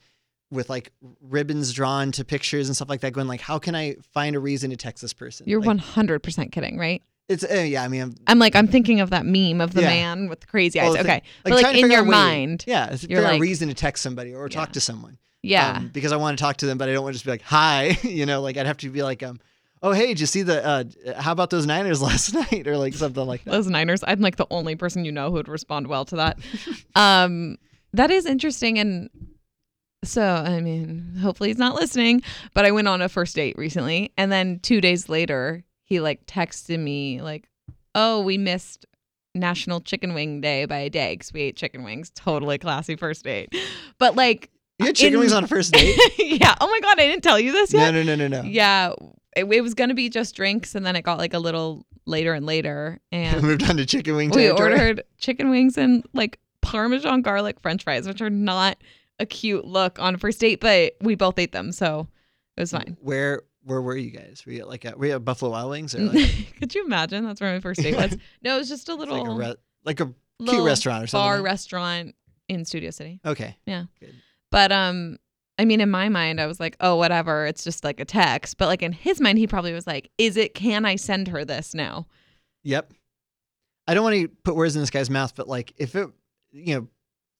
Speaker 1: with like ribbons drawn to pictures and stuff like that, going like, how can I find a reason to text this person?
Speaker 2: You're
Speaker 1: Like,
Speaker 2: 100% kidding, right?
Speaker 1: It's uh, yeah, I mean, I'm,
Speaker 2: I'm like, I'm thinking of that meme of the
Speaker 1: Yeah.
Speaker 2: man with the crazy eyes.
Speaker 1: Oh, the thing-
Speaker 2: okay.
Speaker 1: like,
Speaker 2: but
Speaker 1: trying
Speaker 2: like
Speaker 1: to
Speaker 2: in
Speaker 1: figure
Speaker 2: your
Speaker 1: out a way-
Speaker 2: mind.
Speaker 1: yeah, is
Speaker 2: You're
Speaker 1: there a
Speaker 2: like-
Speaker 1: reason to text somebody or talk
Speaker 2: Yeah.
Speaker 1: to someone?
Speaker 2: Yeah.
Speaker 1: um, because I want to talk to them, but I don't want to just be like, hi, you know, like I'd have to be like, um, oh, hey, did you see the, uh, how about those Niners last night? Or like something like that.
Speaker 2: Those Niners. I'm like the only person you know who would respond well to that. um, that is interesting. And so, I mean, hopefully he's not listening, but I went on a first date recently. And then two days later, he like texted me, like, oh, we missed National Chicken Wing Day by a day because we ate chicken wings. Totally classy first date. But like,
Speaker 1: You had chicken
Speaker 2: in-
Speaker 1: wings on a first date?
Speaker 2: yeah. Oh my God, I didn't tell you this yet.
Speaker 1: no, no, no, no, no.
Speaker 2: Yeah. It, it was going to be just drinks. And then it got like a little later and later. And
Speaker 1: Moved on to chicken wing
Speaker 2: we
Speaker 1: territory.
Speaker 2: ordered chicken wings and like parmesan garlic french fries which are not a cute look on a first date but we both ate them so it was fine
Speaker 1: Where, where were you guys? Were you at like, a, were you at Buffalo Wild Wings or like,
Speaker 2: could you imagine that's where my first date was no it was just a little,
Speaker 1: like a, re- like a cute
Speaker 2: little
Speaker 1: restaurant or something?
Speaker 2: bar
Speaker 1: like-
Speaker 2: restaurant in studio city
Speaker 1: okay.
Speaker 2: but um i mean in my mind i was like oh whatever it's just like a text but like in his mind he probably was like is it can i send her this now
Speaker 1: Yep. I don't want to put words in this guy's mouth, but like if it, you know,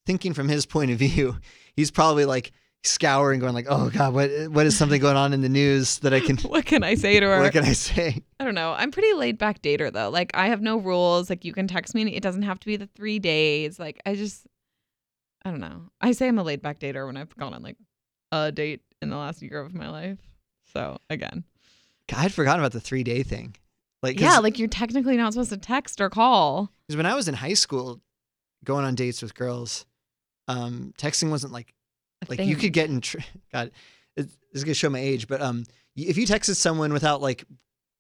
Speaker 1: thinking from his point of view, he's probably like scouring, going like, "Oh God, what what is something going on in the news that I can?
Speaker 2: what can i say to her
Speaker 1: What can I say?"
Speaker 2: I don't know. I'm pretty laid back dater though. Like I have no rules. Like you can text me. and It doesn't have to be the three days. Like I just, I don't know. I say I'm a laid back dater when I've gone on like a date in the last year of my life. So again,
Speaker 1: God, I'd forgotten about the three day thing. Like,
Speaker 2: yeah,
Speaker 1: because
Speaker 2: like you're technically not supposed to text or call.
Speaker 1: when I was in high school, going on dates with girls, um, texting wasn't like
Speaker 2: I
Speaker 1: like you
Speaker 2: think.
Speaker 1: could get in. Tr- God, it, this is gonna show my age, but um, y- if you texted someone without like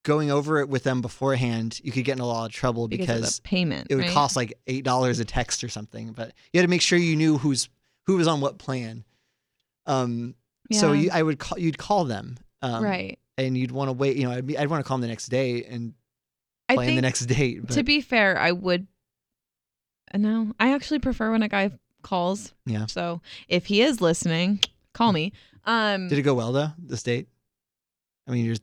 Speaker 1: going over it with them beforehand, you could get in a lot of trouble
Speaker 2: because,
Speaker 1: because.
Speaker 2: of the payment.
Speaker 1: it would
Speaker 2: right?
Speaker 1: cost like eight dollars a text or something. But you had to make sure you knew who's who was on what plan. Um, so
Speaker 2: Yeah.
Speaker 1: you, I would call you'd call them, um,
Speaker 2: right.
Speaker 1: And you'd want to wait. You know, I'd, be, I'd want to call them the next day and
Speaker 2: I
Speaker 1: plan the
Speaker 2: think
Speaker 1: next date. But
Speaker 2: to be fair, I would. uh, No, I actually prefer when a guy calls.
Speaker 1: Yeah.
Speaker 2: So if he is listening, call me. Um.
Speaker 1: did it go well though? This date? I mean, you're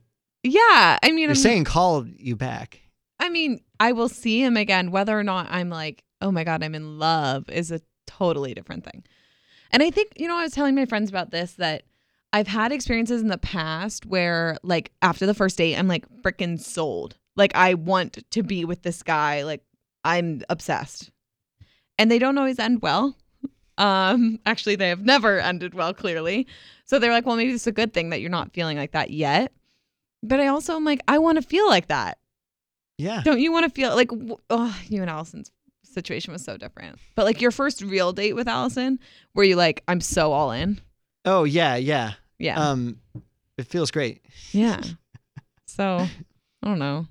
Speaker 2: yeah. I mean,
Speaker 1: you're
Speaker 2: I'm-
Speaker 1: saying call you back.
Speaker 2: I mean, I will see him again. Whether or not I'm like, oh my God, I'm in love is a totally different thing. And I think, you know, I was telling my friends about this that I've had experiences in the past where, like, after the first date, I'm like freaking sold. Like, I want to be with this guy. Like, I'm obsessed. And they don't always end well. Um, actually, they have never ended well, clearly. So they're like, well, maybe it's a good thing that you're not feeling like that yet. But I also am like, I want to feel like that.
Speaker 1: Yeah,
Speaker 2: Don't you want to feel like w- oh, you and Allison's situation was so different. But like your first real date with Allison, where you like, I'm so all in.
Speaker 1: Oh yeah, yeah.
Speaker 2: Yeah.
Speaker 1: Um, it feels great.
Speaker 2: yeah. So I don't know.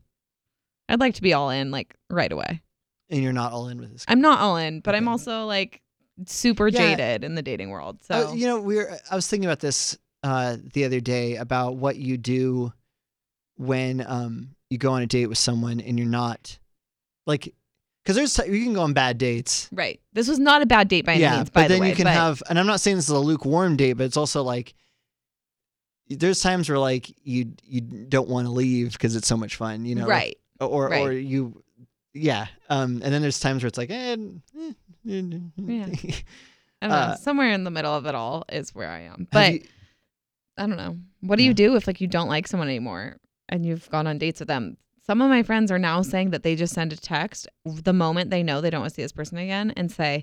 Speaker 2: I'd like to be all in like right away.
Speaker 1: And you're not all in with this.
Speaker 2: I'm not all in, but I'm
Speaker 1: Okay.
Speaker 2: also like super
Speaker 1: Yeah.
Speaker 2: jaded in the dating world. So
Speaker 1: Uh, you know, we were, I was thinking about this uh, the other day about what you do when um, you go on a date with someone and you're not like, because there's you can go on bad dates.
Speaker 2: right. This was not a bad date by any
Speaker 1: yeah,
Speaker 2: means, by
Speaker 1: but then
Speaker 2: the way.
Speaker 1: you can
Speaker 2: but
Speaker 1: have, and I'm not saying this is a lukewarm date, but it's also like there's times where like you you don't want to leave because it's so much fun, you know, like,
Speaker 2: right.
Speaker 1: or or
Speaker 2: right.
Speaker 1: you, yeah, um, and then there's times where it's like, eh, eh, eh,
Speaker 2: Yeah.
Speaker 1: eh.
Speaker 2: I don't
Speaker 1: uh,
Speaker 2: know. Somewhere in the middle of it all is where I am.
Speaker 1: Have
Speaker 2: But
Speaker 1: you-
Speaker 2: I don't know. What do
Speaker 1: Yeah.
Speaker 2: you do if like you don't like someone anymore and you've gone on dates with them? Some of my friends are now saying that they just send a text the moment they know they don't want to see this person again and say,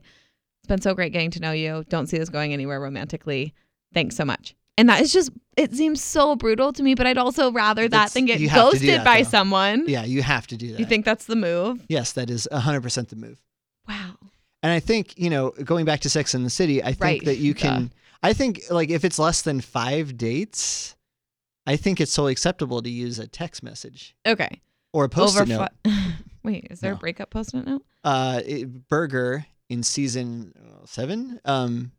Speaker 2: It's been so great getting to know you. Don't see this going anywhere romantically. Thanks so much. And that is just, it seems so brutal to me, but I'd also rather that
Speaker 1: That's-
Speaker 2: than get
Speaker 1: you have to do
Speaker 2: ghosted
Speaker 1: that,
Speaker 2: by
Speaker 1: though.
Speaker 2: someone.
Speaker 1: Yeah, you have to do that.
Speaker 2: You think that's the move?
Speaker 1: Yes, that is 100% the move.
Speaker 2: Wow.
Speaker 1: And I think, you know, going back to Sex in the City, I think
Speaker 2: Right,
Speaker 1: that you
Speaker 2: duh.
Speaker 1: can, I think, like, if it's less than five dates, I think it's totally acceptable to use a text message
Speaker 2: Okay.
Speaker 1: or a post it
Speaker 2: Over
Speaker 1: note.
Speaker 2: fi- Wait, is there
Speaker 1: No.
Speaker 2: a breakup post it note?
Speaker 1: Uh, it- Berger in season uh, seven, um,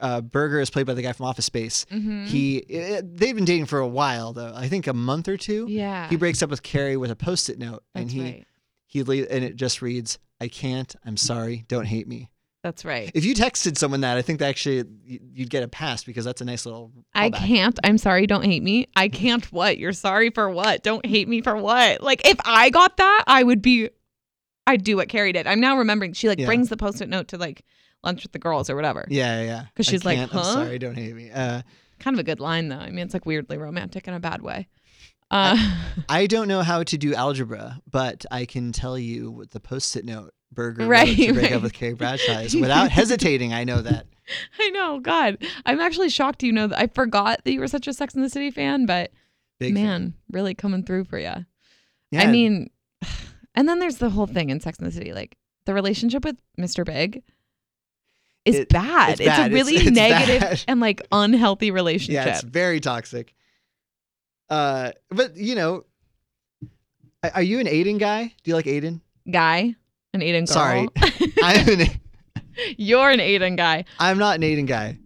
Speaker 1: uh, Berger is played by the guy from Office Space.
Speaker 2: Mm-hmm.
Speaker 1: He, eh, they've been dating for a while, though, I think a month or two.
Speaker 2: yeah.
Speaker 1: He breaks up with Carrie with a post it note
Speaker 2: that's
Speaker 1: and he,
Speaker 2: right.
Speaker 1: he, le- and it just reads, I can't, I'm sorry, don't hate me.
Speaker 2: That's right.
Speaker 1: If you texted someone that, I think that actually you- you'd get a pass because that's a nice little.
Speaker 2: I
Speaker 1: callback.
Speaker 2: can't. I'm sorry. Don't hate me. I can't. What? You're sorry for what? Don't hate me for what? Like, if I got that, I would be. I'd do what Carrie did. I'm now remembering. She like
Speaker 1: Yeah.
Speaker 2: brings the post-it note to like lunch with the girls or whatever.
Speaker 1: Yeah, yeah, yeah.
Speaker 2: 'Cause
Speaker 1: I
Speaker 2: she's like,
Speaker 1: can't,
Speaker 2: "Huh?"
Speaker 1: I'm sorry, don't hate me. Uh,
Speaker 2: Kind of a good line though. I mean, it's like weirdly romantic in a bad way. Uh,
Speaker 1: I don't know how to do algebra, but I can tell you what the post-it note burger wrote
Speaker 2: Right,
Speaker 1: to break
Speaker 2: right.
Speaker 1: up with Carrie Bradshaw is. Without hesitating, I know that.
Speaker 2: I know. God, I'm actually shocked. You know, that I forgot that you were such a Sex in the City fan, but
Speaker 1: Big fan.
Speaker 2: man, really coming through for you.
Speaker 1: Yeah,
Speaker 2: I mean, and then there's the whole thing in Sex and the City, like the relationship with Mr. Big is
Speaker 1: It-
Speaker 2: bad.
Speaker 1: it's
Speaker 2: It's,
Speaker 1: bad.
Speaker 2: a
Speaker 1: It's-
Speaker 2: really
Speaker 1: it's
Speaker 2: negative
Speaker 1: bad.
Speaker 2: and like unhealthy relationship.
Speaker 1: yeah, it's very toxic. Uh, but you know, a- are you an Aiden guy? Do you like Aiden?
Speaker 2: Guy, an Aiden girl.
Speaker 1: Sorry. I'm an,
Speaker 2: You're an Aiden guy.
Speaker 1: I'm not an Aiden guy.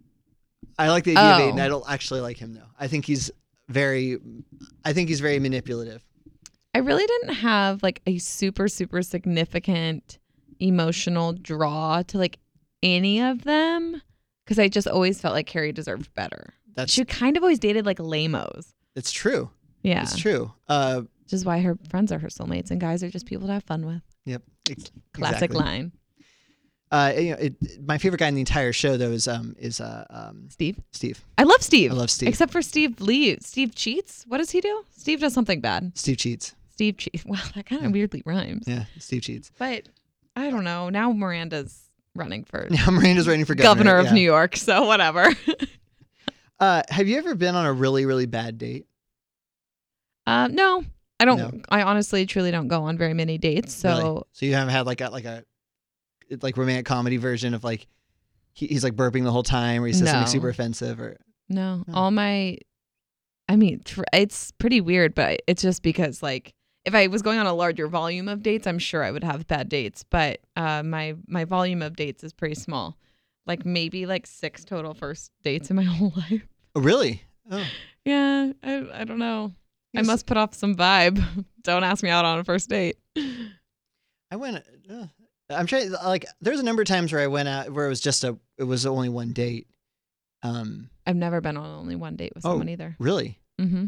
Speaker 1: I like the idea
Speaker 2: Oh.
Speaker 1: of Aiden. I don't actually like him though. I think he's very, I think he's very manipulative.
Speaker 2: I really didn't have like a super, super significant emotional draw to like any of them because I just always felt like Carrie deserved better.
Speaker 1: That's
Speaker 2: she kind of always dated like lamos.
Speaker 1: it's true.
Speaker 2: Yeah.
Speaker 1: It's true. Uh,
Speaker 2: Which is why her friends are her soulmates and guys are just people to have fun with.
Speaker 1: yep. Ex-
Speaker 2: Classic
Speaker 1: exactly.
Speaker 2: line.
Speaker 1: Uh, you know, it, my favorite guy in the entire show though is um is uh um
Speaker 2: Steve.
Speaker 1: Steve.
Speaker 2: I love Steve.
Speaker 1: I love Steve.
Speaker 2: Except for Steve leaves. Steve cheats. What does he do? Steve does something bad.
Speaker 1: Steve cheats.
Speaker 2: Steve cheats. Wow, that kind of weirdly rhymes.
Speaker 1: Yeah, Steve cheats.
Speaker 2: But I don't know. Now Miranda's running for
Speaker 1: Now Miranda's running for governor,
Speaker 2: governor of
Speaker 1: yeah.
Speaker 2: New York, so whatever.
Speaker 1: Uh, have you ever been on a really really bad date?
Speaker 2: uh, no, I don't.
Speaker 1: No.
Speaker 2: I honestly, truly don't go on very many dates. So
Speaker 1: Really? so you haven't had like a like a like romantic comedy version of like he, he's like burping the whole time or he says
Speaker 2: No.
Speaker 1: something super offensive or
Speaker 2: No,
Speaker 1: No.
Speaker 2: all my, I mean, tr- it's pretty weird, but it's just because like if I was going on a larger volume of dates, I'm sure I would have bad dates. But uh, my my volume of dates is pretty small, like maybe like six total first dates in my whole life.
Speaker 1: oh, really? Oh.
Speaker 2: Yeah, I I don't know. I
Speaker 1: Yes.
Speaker 2: must put off some vibe. don't ask me out on a first date.
Speaker 1: I went. Uh, I'm trying. Like, there's a number of times where I went out where it was just a. It was only one date. Um,
Speaker 2: I've never been on only one date with
Speaker 1: Oh.
Speaker 2: someone either.
Speaker 1: really,
Speaker 2: Mm-hmm.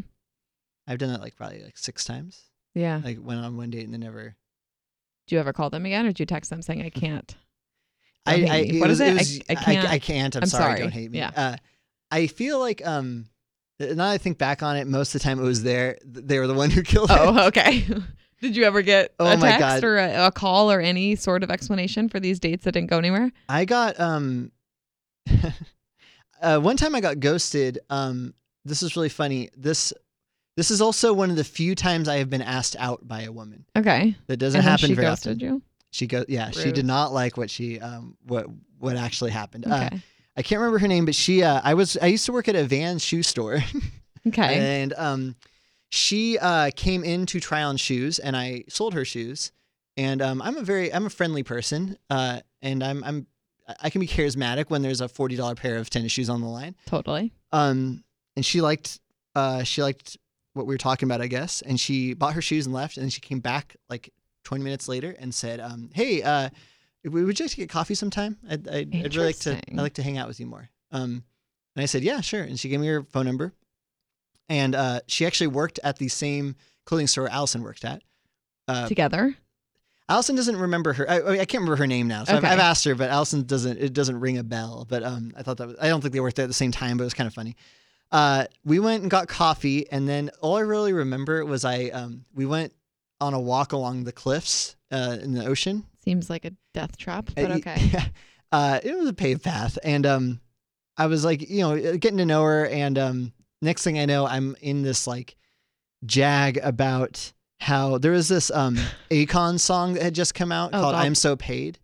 Speaker 1: I've done that like probably like six times.
Speaker 2: Yeah.
Speaker 1: Like, went on one date and then never.
Speaker 2: Do you ever call them again, or do you text them saying I can't?
Speaker 1: I,
Speaker 2: Don't
Speaker 1: I
Speaker 2: hate me.
Speaker 1: it
Speaker 2: What
Speaker 1: was,
Speaker 2: is it?
Speaker 1: it
Speaker 2: I-
Speaker 1: was-
Speaker 2: I can't-
Speaker 1: I, can't. I'm,
Speaker 2: I'm
Speaker 1: sorry,
Speaker 2: sorry.
Speaker 1: Don't hate me.
Speaker 2: Yeah.
Speaker 1: Uh, I feel like um, now that I think back on it, most of the time it was there. They were the one who killed it.
Speaker 2: Oh, okay. Did you ever get
Speaker 1: Oh
Speaker 2: a
Speaker 1: my
Speaker 2: text
Speaker 1: God.
Speaker 2: or a, a call or any sort of explanation for these dates that didn't go anywhere?
Speaker 1: I got um uh one time I got ghosted. Um this is really funny. This this is also one of the few times I have been asked out by a woman.
Speaker 2: Okay.
Speaker 1: That doesn't
Speaker 2: and then
Speaker 1: happen
Speaker 2: she
Speaker 1: very
Speaker 2: ghosted
Speaker 1: often.
Speaker 2: you.
Speaker 1: She go yeah, she
Speaker 2: Rude.
Speaker 1: did not like what she um what what actually happened. Uh,
Speaker 2: Okay.
Speaker 1: I can't remember her name, but she uh I was I used to work at a van shoe store.
Speaker 2: okay.
Speaker 1: And um, she uh, came in to try on shoes, and I sold her shoes. And um, I'm a very I'm a friendly person, uh, and I'm I'm I can be charismatic when there's a forty dollar pair of tennis shoes on the line.
Speaker 2: totally.
Speaker 1: Um, and she liked uh, she liked what we were talking about, I guess. And she bought her shoes and left, and then she came back like twenty minutes later and said, um, "Hey, uh, w- would you like to get coffee sometime? I'd, I'd, I'd really like to
Speaker 2: Interesting.
Speaker 1: I like to hang out with you more." Um, and I said, "Yeah, sure." And she gave me her phone number, and uh, she actually worked at the same clothing store Allison worked at. Uh,
Speaker 2: Together.
Speaker 1: Allison doesn't remember her. I, I mean, I can't remember her name now, so
Speaker 2: Okay.
Speaker 1: I've, I've asked her, but Allison doesn't. It doesn't ring a bell. But um, I thought that was, I don't think they worked there at the same time, but it was kind of funny. Uh, we went and got coffee, and then all I really remember was I um, we went on a walk along the cliffs uh, in the ocean.
Speaker 2: Seems like a death trap, but
Speaker 1: Uh, y-
Speaker 2: okay.
Speaker 1: yeah. uh, it was a paved path, and um, I was like, you know, uh, getting to know her, and um, next thing I know, I'm in this like jag about how there was this um Akon song that had just come out
Speaker 2: Oh,
Speaker 1: called
Speaker 2: God.
Speaker 1: "I'm So Paid."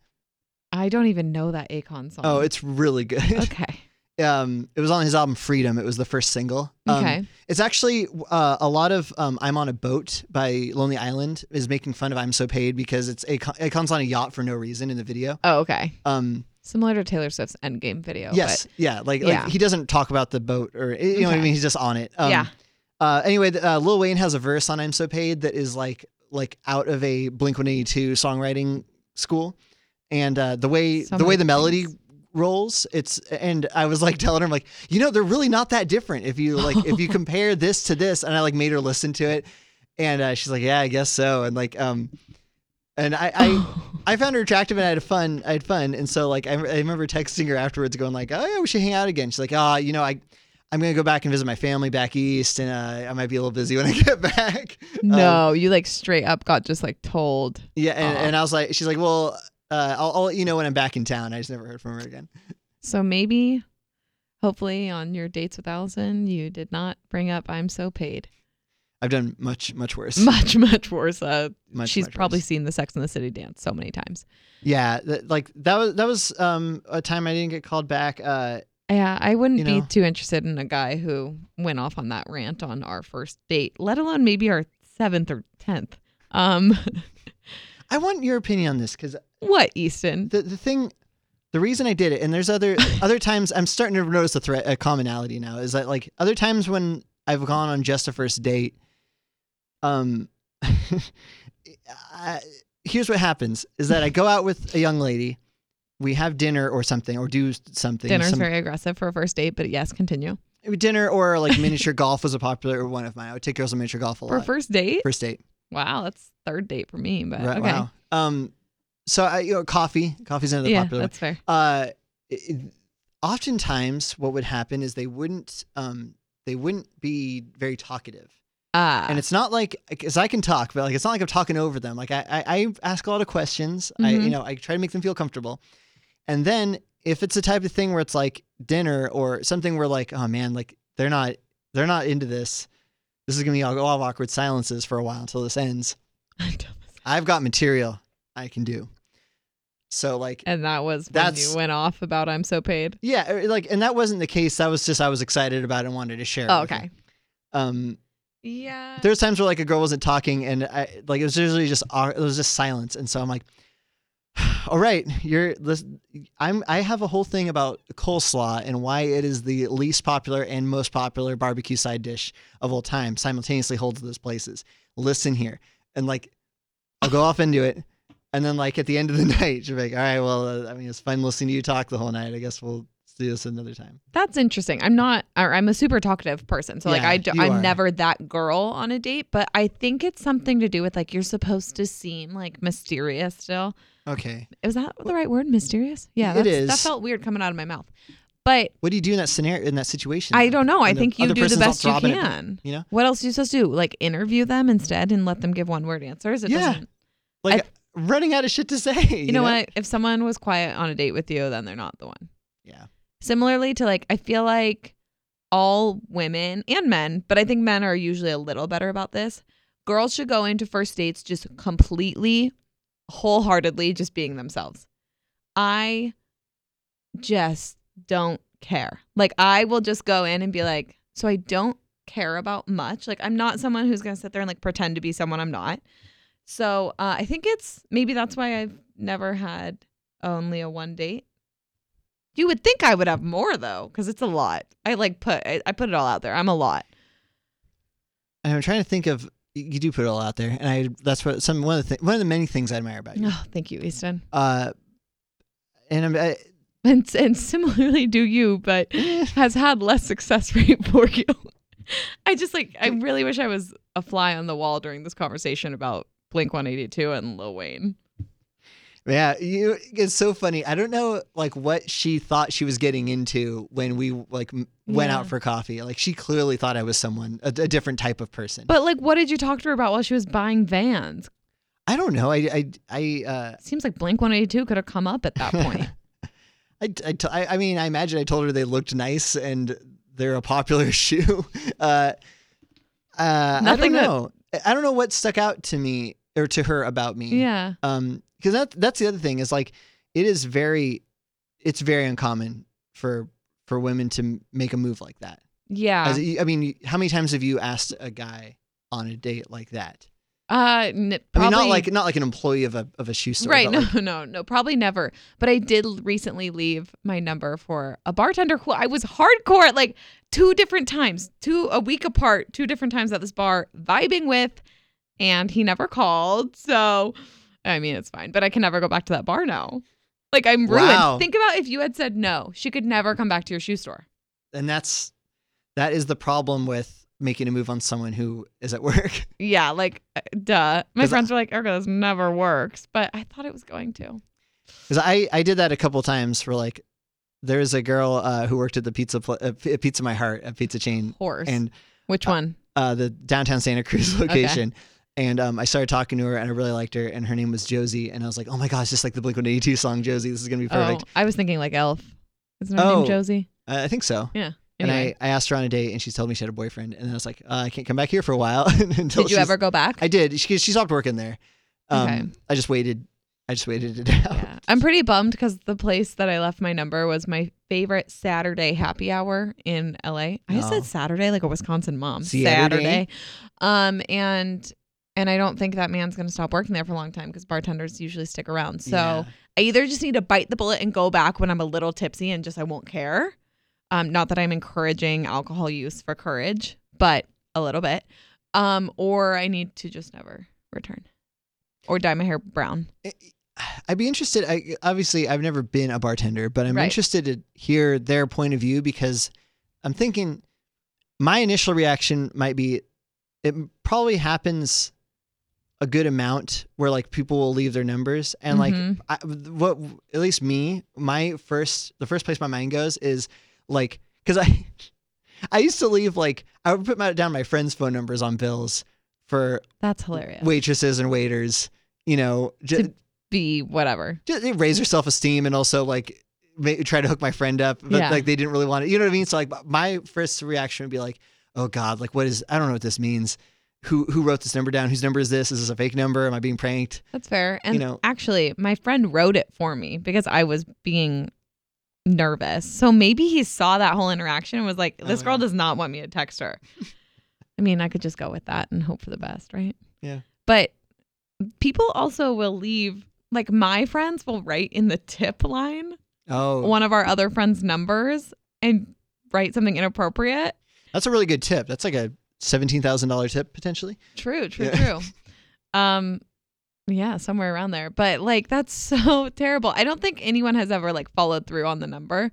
Speaker 2: I don't even know that Akon song.
Speaker 1: Oh, it's really good.
Speaker 2: okay.
Speaker 1: um, it was on his album "Freedom." It was the first single. Um,
Speaker 2: okay.
Speaker 1: It's actually uh, a lot of um, "I'm on a Boat" by Lonely Island is making fun of "I'm So Paid" because it's Akon, Akon's on a yacht for no reason in the video.
Speaker 2: Oh, okay.
Speaker 1: Um,
Speaker 2: Similar to Taylor Swift's Endgame video.
Speaker 1: yes, yeah, like, like
Speaker 2: Yeah.
Speaker 1: he doesn't talk about the boat or you know what I
Speaker 2: Okay.
Speaker 1: mean. He's just on it.
Speaker 2: But,
Speaker 1: Um,
Speaker 2: yeah.
Speaker 1: Uh, anyway, th- uh, Lil Wayne has a verse on "I'm So Paid" that is like like out of a Blink 182 songwriting school, and uh, the way
Speaker 2: So
Speaker 1: the way
Speaker 2: many
Speaker 1: the melody
Speaker 2: things.
Speaker 1: rolls, it's and I was like telling her, I'm like, you know, they're really not that different if you like if you compare this to this, and I like made her listen to it, and uh, she's like, yeah, I guess so, and like um, and I um, I. I found her attractive and I had fun. I had fun, and so like I, I remember texting her afterwards, going like, "Oh yeah, we should hang out again." She's like, "Ah, you know, I, I'm gonna go back and visit my family back east, and uh, I might be a little busy when I get back." Um,
Speaker 2: no, you like straight up got just like told.
Speaker 1: yeah, and,
Speaker 2: Aw.
Speaker 1: and I was like, she's like, "Well, uh, I'll, I'll let you know when I'm back in town." I just never heard from her again.
Speaker 2: So maybe, hopefully, on your dates with Allison, you did not bring up "I'm so paid."
Speaker 1: I've done much, much worse.
Speaker 2: Much, much worse. Uh,
Speaker 1: much,
Speaker 2: she's
Speaker 1: much
Speaker 2: probably
Speaker 1: worse.
Speaker 2: seen the Sex in the City dance so many times.
Speaker 1: yeah. That, like that was that was um a time I didn't get called back. Uh,
Speaker 2: Yeah, I wouldn't
Speaker 1: You
Speaker 2: be
Speaker 1: know?
Speaker 2: too interested in a guy who went off on that rant on our first date, let alone maybe our seventh or tenth. Um,
Speaker 1: I want your opinion on this because
Speaker 2: what Easton?
Speaker 1: the the thing the reason I did it and there's other other times I'm starting to notice a threat a commonality now is that like other times when I've gone on just a first date um I, here's what happens is that I go out with a young lady we have dinner or something or do something
Speaker 2: Dinner's
Speaker 1: some-
Speaker 2: very aggressive for a first date, but yes, continue.
Speaker 1: dinner or like miniature golf was a popular one of mine I would take girls on miniature golf a
Speaker 2: For a
Speaker 1: lot
Speaker 2: first date?
Speaker 1: first date
Speaker 2: Wow, that's third date for me, but
Speaker 1: right
Speaker 2: okay.
Speaker 1: wow um so I you know coffee coffee's another
Speaker 2: Yeah,
Speaker 1: popular one.
Speaker 2: that's fair.
Speaker 1: uh, it- oftentimes what would happen is they wouldn't um, they wouldn't be very talkative
Speaker 2: Uh,
Speaker 1: and it's not like because i can talk but like it's not like i'm talking over them like i i, I ask a lot of questions i you
Speaker 2: Mhm.
Speaker 1: know i try to make them feel comfortable and then if it's the type of thing where it's like dinner or something where like oh man like they're not they're not into this this is gonna be a lot of awkward silences for a while until this ends i've got material i can do so like
Speaker 2: and that was when
Speaker 1: That's-
Speaker 2: you went off about I'm so paid.
Speaker 1: Yeah, er, like, and that wasn't the case. That was just I was excited about it and wanted to share. it
Speaker 2: Oh,
Speaker 1: with her.
Speaker 2: okay.
Speaker 1: Um,
Speaker 2: Yeah.
Speaker 1: there's times where like a girl wasn't talking, and I like it was usually just aw- it was just silence, and so I'm like, all right, you're. This, I'm. I have a whole thing about coleslaw and why it is the least popular and most popular barbecue side dish of all time. Simultaneously holds those places. Listen here, and like, I'll go off into it. And then, like at the end of the night, you're like, "All right, well, uh, I mean, it's fun listening to you talk the whole night. I guess we'll do this another time."
Speaker 2: That's interesting. I'm not, or I'm a super talkative person. So, like,
Speaker 1: Yeah,
Speaker 2: I do,
Speaker 1: you
Speaker 2: I'm
Speaker 1: are.
Speaker 2: never that girl on a date, but I think it's something to do with like you're supposed to seem like mysterious still.
Speaker 1: Okay.
Speaker 2: Is that the right word? Mysterious? Yeah.
Speaker 1: It
Speaker 2: that's- That
Speaker 1: is.
Speaker 2: felt weird coming out of my mouth. But
Speaker 1: What do you do in that scenario in that situation?
Speaker 2: I
Speaker 1: though?
Speaker 2: don't know. I
Speaker 1: When
Speaker 2: think you
Speaker 1: other
Speaker 2: do the
Speaker 1: person's all
Speaker 2: best you
Speaker 1: throbbing at-
Speaker 2: can.
Speaker 1: you know?
Speaker 2: What else are you supposed to do? Like, interview them instead and let them give one word answers? It
Speaker 1: Yeah.
Speaker 2: doesn't.
Speaker 1: Like running out of shit to say. You,
Speaker 2: You know what? If someone was quiet on a date with you, then they're not the one.
Speaker 1: Yeah.
Speaker 2: Similarly to like, I feel like all women and men, but I think men are usually a little better about this. Girls should go into first dates just completely, wholeheartedly, just being themselves. I just don't care. Like, I will just go in and be like, so I don't care about much. Like, I'm not someone who's going to sit there and like pretend to be someone I'm not. So uh, I think it's maybe that's why I've never had only a one date. You would think I would have more though, because it's a lot. I like put I, I put it all out there. I'm a lot.
Speaker 1: And I'm trying to think of you do put it all out there, and I that's what some one of the thi- one of the many things I admire about you.
Speaker 2: Oh, thank you, Easton.
Speaker 1: Uh, and I'm, I,
Speaker 2: And and similarly do you, but has had less success rate for you. I just like I really wish I was a fly on the wall during this conversation about Blink 182 and Lil Wayne.
Speaker 1: yeah, you. It's so funny. I don't know like what she thought she was getting into when we like m- went out
Speaker 2: Yeah.
Speaker 1: for coffee. Like she clearly thought I was someone a, a different type of person.
Speaker 2: But like, what did you talk to her about while she was buying Vans?
Speaker 1: I don't know. I I I uh, Mm.
Speaker 2: Seems like Blink 182 could have come up at that point.
Speaker 1: I, I, t- I, I mean, I imagine I told her they looked nice and they're a popular shoe. Uh, uh, I don't
Speaker 2: Nothing that-
Speaker 1: know. I don't know what stuck out to me or to her about me.
Speaker 2: Yeah.
Speaker 1: Um, because that that's the other thing is like, it is very, it's very uncommon for for women to m- make a move like that.
Speaker 2: Yeah.
Speaker 1: As, I mean, how many times have you asked a guy on a date like that?
Speaker 2: uh, n-
Speaker 1: I
Speaker 2: probably,
Speaker 1: mean, not like not like an employee of a of a shoe store,
Speaker 2: right.
Speaker 1: but
Speaker 2: No,
Speaker 1: like-
Speaker 2: no, no. Probably never. But I did l- recently leave my number for a bartender who I was hardcore at like two different times, two a week apart, two different times at this bar, vibing with, and he never called. So, I mean, it's fine. But I can never go back to that bar now. Like I'm ruined.
Speaker 1: Wow.
Speaker 2: Think about if you had said no, she could never come back to your shoe store.
Speaker 1: and that's that is the problem with making a move on someone who is at work.
Speaker 2: Yeah, like uh, duh. My
Speaker 1: 'Cause I-
Speaker 2: friends were like, "Erica, this never works," but I thought it was going to.
Speaker 1: Because I I did that a couple times for like, there was a girl uh, who worked at the pizza pl- uh, P- Pizza My Heart, a pizza chain,
Speaker 2: Horse.
Speaker 1: and
Speaker 2: Which one?
Speaker 1: uh, the downtown Santa Cruz location. And um, I started talking to her, and I really liked her. And her name was Josie, and I was like, "Oh my gosh, just like the Blink One Eighty Two song, Josie. This is gonna be perfect."
Speaker 2: Oh, I was thinking like Elf. Isn't her
Speaker 1: Oh.
Speaker 2: name Josie?
Speaker 1: Uh, I think so.
Speaker 2: Anyway,
Speaker 1: And I, I asked her on a date, and she told me she had a boyfriend. And I was like, uh, "I can't come back here for a while." until
Speaker 2: did you
Speaker 1: she's-
Speaker 2: ever go back?
Speaker 1: I did. She, she stopped working there. Um,
Speaker 2: Okay.
Speaker 1: I just waited. I just waited it out.
Speaker 2: yeah. I'm pretty bummed because the place that I left my number was my favorite Saturday happy hour in LA. I just
Speaker 1: Oh.
Speaker 2: said Saturday like a Wisconsin mom.
Speaker 1: Saturday?
Speaker 2: Saturday. Um and and I don't think that man's gonna stop working there for a long time because bartenders usually stick around. So
Speaker 1: Yeah.
Speaker 2: I either just need to bite the bullet and go back when I'm a little tipsy and just I won't care. Um, not that I'm encouraging alcohol use for courage, but a little bit. Um, or I need to just never return or dye my hair brown.
Speaker 1: I'd be interested. I obviously I've never been a bartender, but I'm
Speaker 2: Right.
Speaker 1: interested to hear their point of view because I'm thinking my initial reaction might be it probably happens a good amount where like people will leave their numbers and like
Speaker 2: Mhm.
Speaker 1: I, what at least me my first the first place my mind goes is like because I I used to leave like I would put my, down my friends' phone numbers on bills for
Speaker 2: That's hilarious.
Speaker 1: waitresses and waiters. You know, ju-
Speaker 2: To- Be whatever.
Speaker 1: just they raise her self esteem and also like ma- try to hook my friend up, but
Speaker 2: Yeah.
Speaker 1: like they didn't really want it. You know what I mean? So like my first reaction would be like, oh god, like what is? I don't know what this means. Who who wrote this number down? Whose number is this? Is this a fake number? Am I being pranked?
Speaker 2: That's fair. And
Speaker 1: know-
Speaker 2: actually, my friend wrote it for me because I was being nervous. So maybe he saw that whole interaction and was like,
Speaker 1: Oh,
Speaker 2: this girl
Speaker 1: yeah.
Speaker 2: does not want me to text her. I mean, I could just go with that and hope for the best, right?
Speaker 1: Yeah.
Speaker 2: But people also will leave, like, my friends will write in the tip line
Speaker 1: Oh,
Speaker 2: one of our other friends' numbers and write something inappropriate.
Speaker 1: that's a really good tip. That's like a seventeen thousand dollar tip potentially.
Speaker 2: True, true,
Speaker 1: Yeah.
Speaker 2: true. Um yeah, somewhere around there. But like that's so terrible. I don't think anyone has ever like followed through on the number.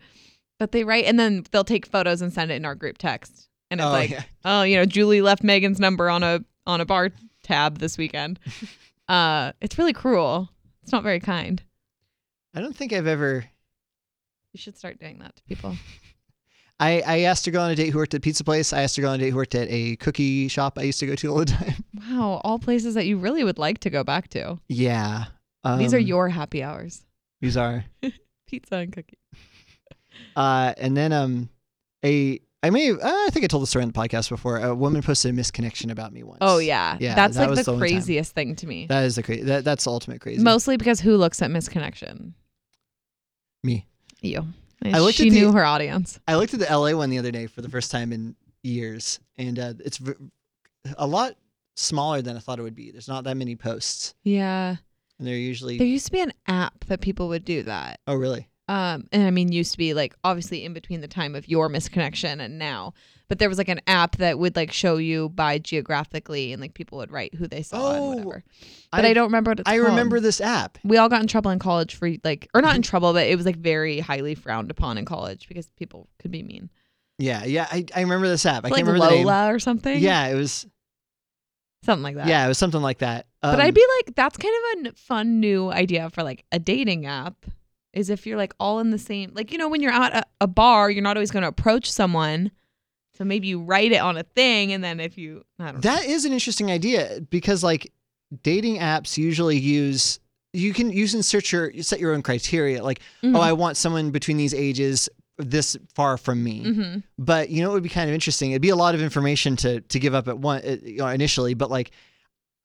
Speaker 2: But they write and then they'll take photos and send it in our group text. And it's
Speaker 1: oh
Speaker 2: like,
Speaker 1: yeah,
Speaker 2: oh, you know, Julie left Megan's number on a on a bar tab this weekend. uh it's really cruel. It's not very kind.
Speaker 1: I don't think I've ever.
Speaker 2: You should start doing that to people.
Speaker 1: I, I asked her to go on a date who worked at a pizza place. I asked her to go on a date who worked at a cookie shop I used to go to all the time.
Speaker 2: Wow, all places that you really would like to go back to.
Speaker 1: Yeah.
Speaker 2: These are
Speaker 1: um,
Speaker 2: your happy hours.
Speaker 1: These are.
Speaker 2: Pizza and cookies.
Speaker 1: Uh, and then um, a I may uh, I think I told the story on the podcast before. A woman posted a misconnection about me once.
Speaker 2: Oh yeah.
Speaker 1: Yeah,
Speaker 2: That's
Speaker 1: that was
Speaker 2: like
Speaker 1: the
Speaker 2: the
Speaker 1: only time.
Speaker 2: craziest thing to me.
Speaker 1: that is the crazy. That, that's the ultimate crazy.
Speaker 2: Mostly because who looks at misconnection?
Speaker 1: me.
Speaker 2: You.
Speaker 1: I looked
Speaker 2: she
Speaker 1: at the-
Speaker 2: knew her audience.
Speaker 1: I looked at the LA one the other day for the first time in years, and uh, it's v- a lot smaller than I thought it would be. There's not that many posts,
Speaker 2: Yeah.
Speaker 1: and they're usually.
Speaker 2: There used to be an app that people would do that.
Speaker 1: oh really?
Speaker 2: Um, and I mean, used to be like obviously in between the time of your misconnection and now, but there was like an app that would like show you by geographically and like people would write who they saw
Speaker 1: Oh,
Speaker 2: and whatever. But I,
Speaker 1: I've-
Speaker 2: don't remember what it's
Speaker 1: I
Speaker 2: called.
Speaker 1: remember this app.
Speaker 2: we all got in trouble in college for like, or not in trouble, but it was like very highly frowned upon in college because people could be mean.
Speaker 1: Yeah, yeah. I, I remember this app. I
Speaker 2: like
Speaker 1: can't remember the name.
Speaker 2: Lola or something.
Speaker 1: Yeah, it was.
Speaker 2: Something like that.
Speaker 1: Yeah, it was something like that.
Speaker 2: But
Speaker 1: Um,
Speaker 2: I'd be like, that's kind of a n- fun new idea for like a dating app. Is if you're like all in the same, like you know, when you're at a, a bar, you're not always going to approach someone. So maybe you write it on a thing, and then if you, I don't know.
Speaker 1: That is an interesting idea because like dating apps usually use you can you can search your you set your own criteria like
Speaker 2: Mm-hmm.
Speaker 1: oh I want someone between these ages this far from me.
Speaker 2: hmm
Speaker 1: But you know it would be kind of interesting. It'd be a lot of information to to give up at one uh, you know, initially, but like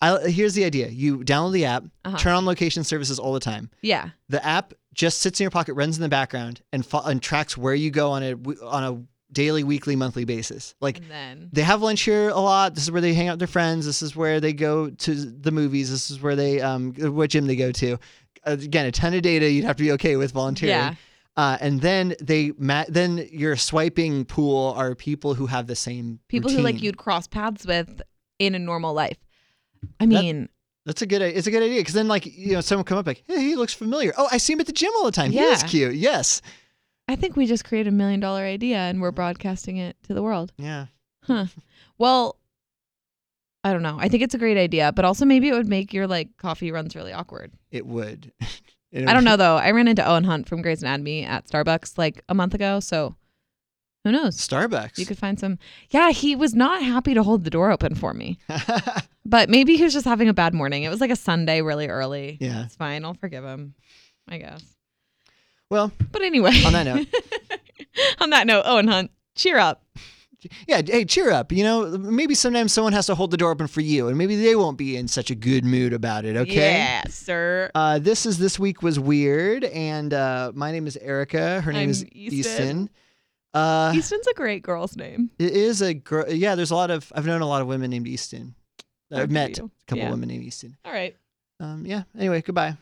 Speaker 1: I, here's the idea: you download the app,
Speaker 2: Uh-huh.
Speaker 1: turn on location services all the time.
Speaker 2: Yeah.
Speaker 1: The app just sits in your pocket, runs in the background, and fo- and tracks where you go on a w- on a daily, weekly, monthly basis. Like
Speaker 2: And then.
Speaker 1: they have lunch here a lot. This is where they hang out with their friends. This is where they go to the movies. This is where they um what gym they go to. Again, a ton of data you'd have to be okay with volunteering.
Speaker 2: Yeah.
Speaker 1: Uh, and then they ma- then your swiping pool are people who have the same
Speaker 2: People who like
Speaker 1: routine.
Speaker 2: you'd cross paths with in a normal life. I
Speaker 1: That-
Speaker 2: mean,
Speaker 1: That's a good. It's a good idea because then like you know someone come up like hey he looks familiar. Oh I see him at the gym all the time. He is
Speaker 2: Yeah.
Speaker 1: cute. Yes.
Speaker 2: I think we just created a million dollar idea and we're broadcasting it to the world.
Speaker 1: Yeah.
Speaker 2: Well, I don't know. I think it's a great idea, but also maybe it would make your like coffee runs really awkward.
Speaker 1: It would.
Speaker 2: I don't know though. I ran into Owen Hunt from Grey's Anatomy at Starbucks like a month ago, so who knows?
Speaker 1: Starbucks.
Speaker 2: You could find some. Yeah, he was not happy to hold the door open for me, but maybe he was just having a bad morning. It was like a Sunday, really early.
Speaker 1: yeah.
Speaker 2: It's fine. I'll forgive him, I guess.
Speaker 1: Well,
Speaker 2: But anyway,
Speaker 1: On that note.
Speaker 2: on that note, Owen Hunt, cheer up.
Speaker 1: Yeah, hey, cheer up. You know, maybe sometimes someone has to hold the door open for you, and maybe they won't be in such a good mood about it, okay?
Speaker 2: Yeah, sir.
Speaker 1: Uh, this is This Week Was Weird, and uh, my name is Erica. Her name
Speaker 2: I'm
Speaker 1: is
Speaker 2: Easton.
Speaker 1: Easton. Uh,
Speaker 2: Easton's a great girl's name.
Speaker 1: it is a girl. Yeah, there's a lot of, I've known a lot of women named Easton.
Speaker 2: Good
Speaker 1: I've
Speaker 2: for
Speaker 1: met a
Speaker 2: you.
Speaker 1: couple
Speaker 2: Yeah.
Speaker 1: women named Easton.
Speaker 2: All right.
Speaker 1: Um, yeah, anyway, goodbye.